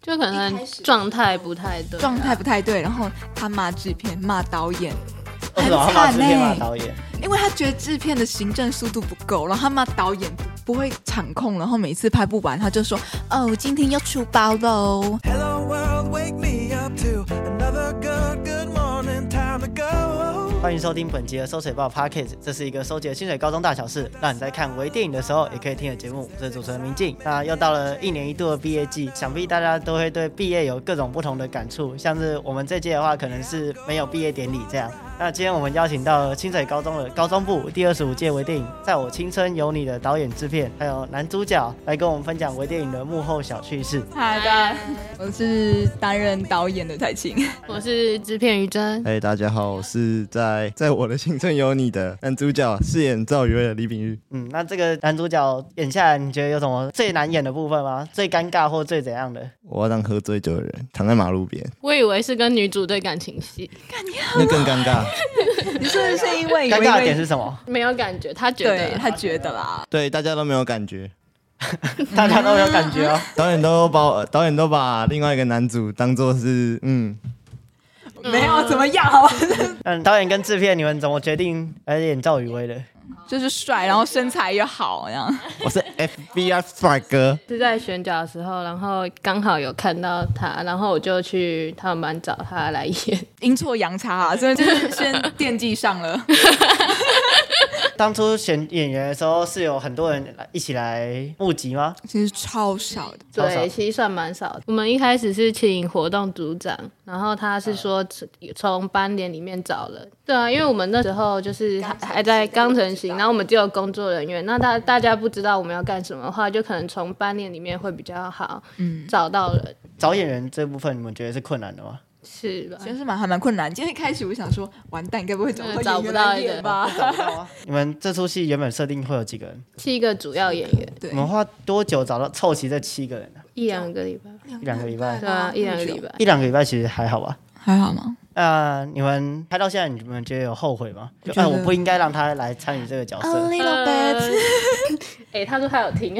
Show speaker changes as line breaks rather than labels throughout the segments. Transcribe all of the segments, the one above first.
就可
一
能
开始
状态不太对啊，
状态不太对，然后他骂制片，骂导演，
为什么哦啊他骂制片骂
很惨欸
导演？
因为他觉得制片的行政速度不够，然后他骂导演不不会场控，然后每次拍不完，他就说：“哦，今天又出包喽。
Hello world, wake me up to another good, good morning time to go.
欢迎收听本集的《收水报 p a c k a g e 这是一个收集了清水高中大小事，让你在看微电影的时候也可以听的节目。我是主持人明静。那又到了一年一度的毕业季，想必大家都会对毕业有各种不同的感触。像是我们这届的话，可能是没有毕业典礼这样。那今天我们邀请到了清水高中的高中部第二十五届微电影《在我青春有你》的导演、制片，还有男主角来跟我们分享微电影的幕后小趣事。”
好的，我是担任导演的蔡琴。
我是制片于真，
嗨、哎大家好，我是在在我的青春有你的男主角饰演赵宇威的李炳玉。
嗯，那这个男主角演下来，你觉得有什么最难演的部分吗？最尴尬或最怎样的？
我要当喝醉酒的人躺在马路边，
我以为是跟女主对感情戏，
那更尴尬。
你是不是因为以
尴
为
尬的点是什么？
没有感觉，他觉
对
得
他觉得啦，
对，大家都没有感觉，
大家都有感 觉哦。
导演都把我导演都把另外一个男主当做是嗯，
没有怎么样，好吧，
嗯，导演跟制片，你们怎么决定来演赵宇威的？
就是帅，然后身材又好，这样。
我是 FBI 帅哥。
是在选角的时候，然后刚好有看到他，然后我就去他们班找他来演。
阴错阳差啊，所以就是先惦记上 了。
当初选演员的时候，是有很多人来一起来募集吗？
其实超少的，
超少
对，其实算蛮少的。我们一开始是请活动组长，然后他是说从从班联里面找人。对啊，因为我们那时候就是还还在刚成型，然后我们只有工作人员，那大大家不知道我们要干什么的话，就可能从班联里面会比较好找到人，
找演员这部分，你们觉得是困难的吗？
是吧？
其实蛮还蛮困难。今天一开始我想说，完蛋，该不会找
嗯找不到一个
演员来 演吧？
找不到啊！你们这出戏原本设定会有几个人？
七个主要演员，
对
你，们花多久找到凑齐这七个人啊？
一两个礼拜，
一两个礼拜
对啊，一两个礼拜。
一两个礼拜其实还好吧。
还好吗？
那你们拍到现在，你们觉得有后悔吗？就
觉
哎，
得呃
我不应该让他来参与这个角
A
色。
little
呃
bit，、
哎、他说他有听，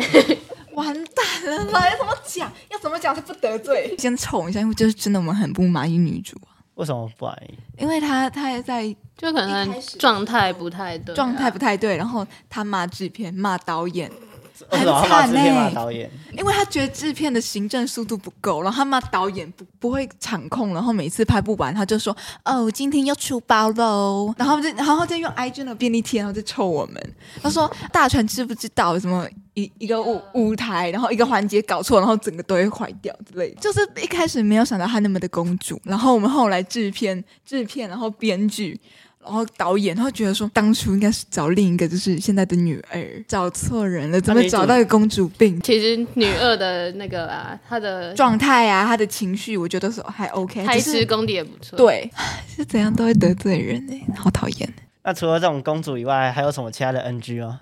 完蛋了啦！要怎么讲？要怎么讲才不得罪？先宠一下，因为就是真的我们很不满意女主啊，
为什么不满意？
因为她她也在
就可能状态不太对啊、
状态不太对，然后她骂制片，骂导演，
哦
为
很
什
啊
么他骂
惨
制片骂
哎、
导演？
因为她觉得制片的行政速度不够，然后她骂导演不不会场控，然后每次拍不完，她就说哦，今天又出包喽，然后就然后再用 IG 的便利贴，然后就臭我们，她说大船知不知道什么一一个舞舞台，然后一个环节搞错，然后整个都会坏掉之类的。就是一开始没有想到她那么的公主，然后我们后来制片、制片，然后编剧。然后导演，然后觉得说，当初应该是找另一个，就是现在的女儿，找错人了，怎么
那你怎么
找到一个公主病？
其实女二的那个啊，她的
状态啊，她的情绪，我觉得是还 OK，
开
只
师
哎是
功底也不错。
对，是怎样都会得罪人哎、好讨厌。
那除了这种公主以外，还有什么其他的 NG 吗？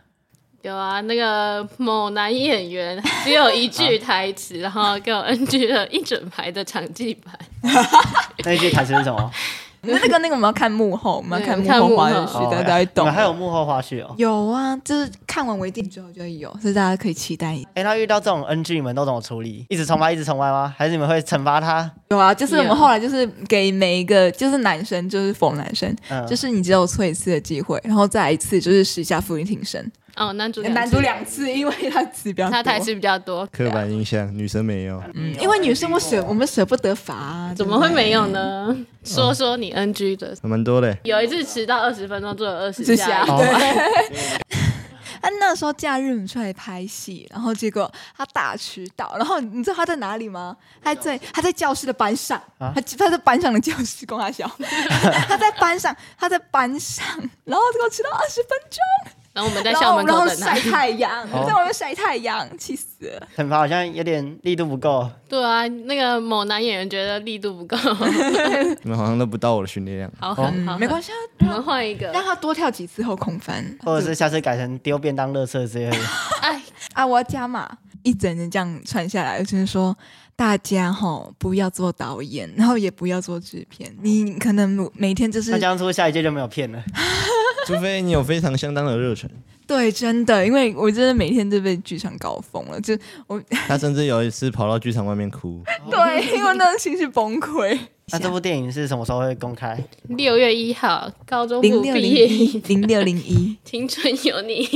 有啊，那个某男演员 只有一句台词，然后给我 NG 了一整排的场记版。
那一句台词是 什么？
那那个那个我们要看幕后，我们要看
对
幕后
看幕
花絮
后，
大家会
哦你
懂
们
的。
还有幕后花絮哦。
有啊，就是看完微电影之后就会有，所以大家可以期待一下。
哎，那遇到这种 NG，你们都怎么处理？一直重拍，一直重拍吗？还是你们会惩罚他？
有啊，就是我们
Yeah
后来就是给每一个就是男生就是否男生，
嗯，
就是你只有错一次的机会，然后再来一次就是时下福音挺身，
哦，男主
哎男主两次，因为他词比较
他
多
台词比较多，
刻板印象，女生没有。
嗯，因为女生我舍我们舍不得罚啊、
怎么会
对不对
没有呢？说说你 NG 的。
还蛮多的，
有一次迟到二十分钟，做了二十
是下
下。
哦，
啊，那时候假日我们出来拍戏，然后结果他大迟到，然后你知道他在哪里吗？他在他在教室的班上，
啊
他他在班上的教室，供他笑，他在班上，他在班上，然后结果迟到二十分钟，
然后我们在
然
校
后
门
然
口
后
等他
晒。太阳，
哦
在外面晒太阳，气死了。
惩罚好像有点力度不够。
对啊，那个某男演员觉得力度不 够，
你们好像都不到我的训练量。
好狠好
嗯，
狠。
没关系啊，
我们换一个
让。他多跳几次后空翻，
或者是下次改成丢便当、垃圾之 类的。
哎，
啊，我要加码，一整年这样传下来，就是说大家哈不要做导演，
嗯
然后也不要做制片，你可能每天就是
那这样出下一届就没有片了。
除非你有非常相当的热忱。
对，真的，因为我真的每天都被剧场搞疯了，就
哦
他甚至有一次跑到剧场外面哭。
对， 因为那个情绪崩溃。
那这部电影是什么时候会公开？
六月一号，高中
零
部
六
毕
零
业
一
营，
零六零一，
青春有你。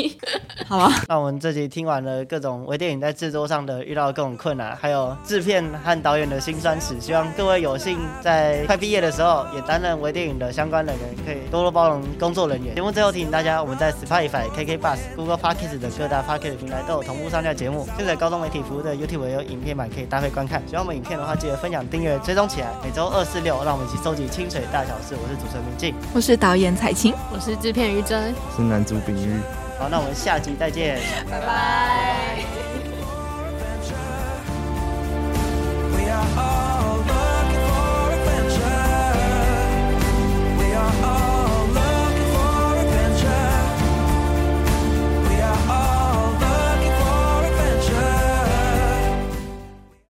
好吧，
那我们这集听完了各种微电影在制作上的遇到的各种困难，还有制片和导演的辛酸史，希望各位有幸在快毕业的时候也担任微电影的相关人员，可以多多包容工作人员。节目最后提醒大家，我们在 Spotify、KK Bus、Google Podcast 等各大 Podcast 平台都有同步上架节目。现在高中媒体服务的 YouTube 也有影片版可以搭配观看。喜欢我们影片的话，记得分享、订阅、追踪起来。每周二、四、六，让我们一起收集清水大小事。我是主持人明静，
我是导演彩琴。
我是制片于真，
是男主丙玉。
好，那我们下集再见。
拜拜。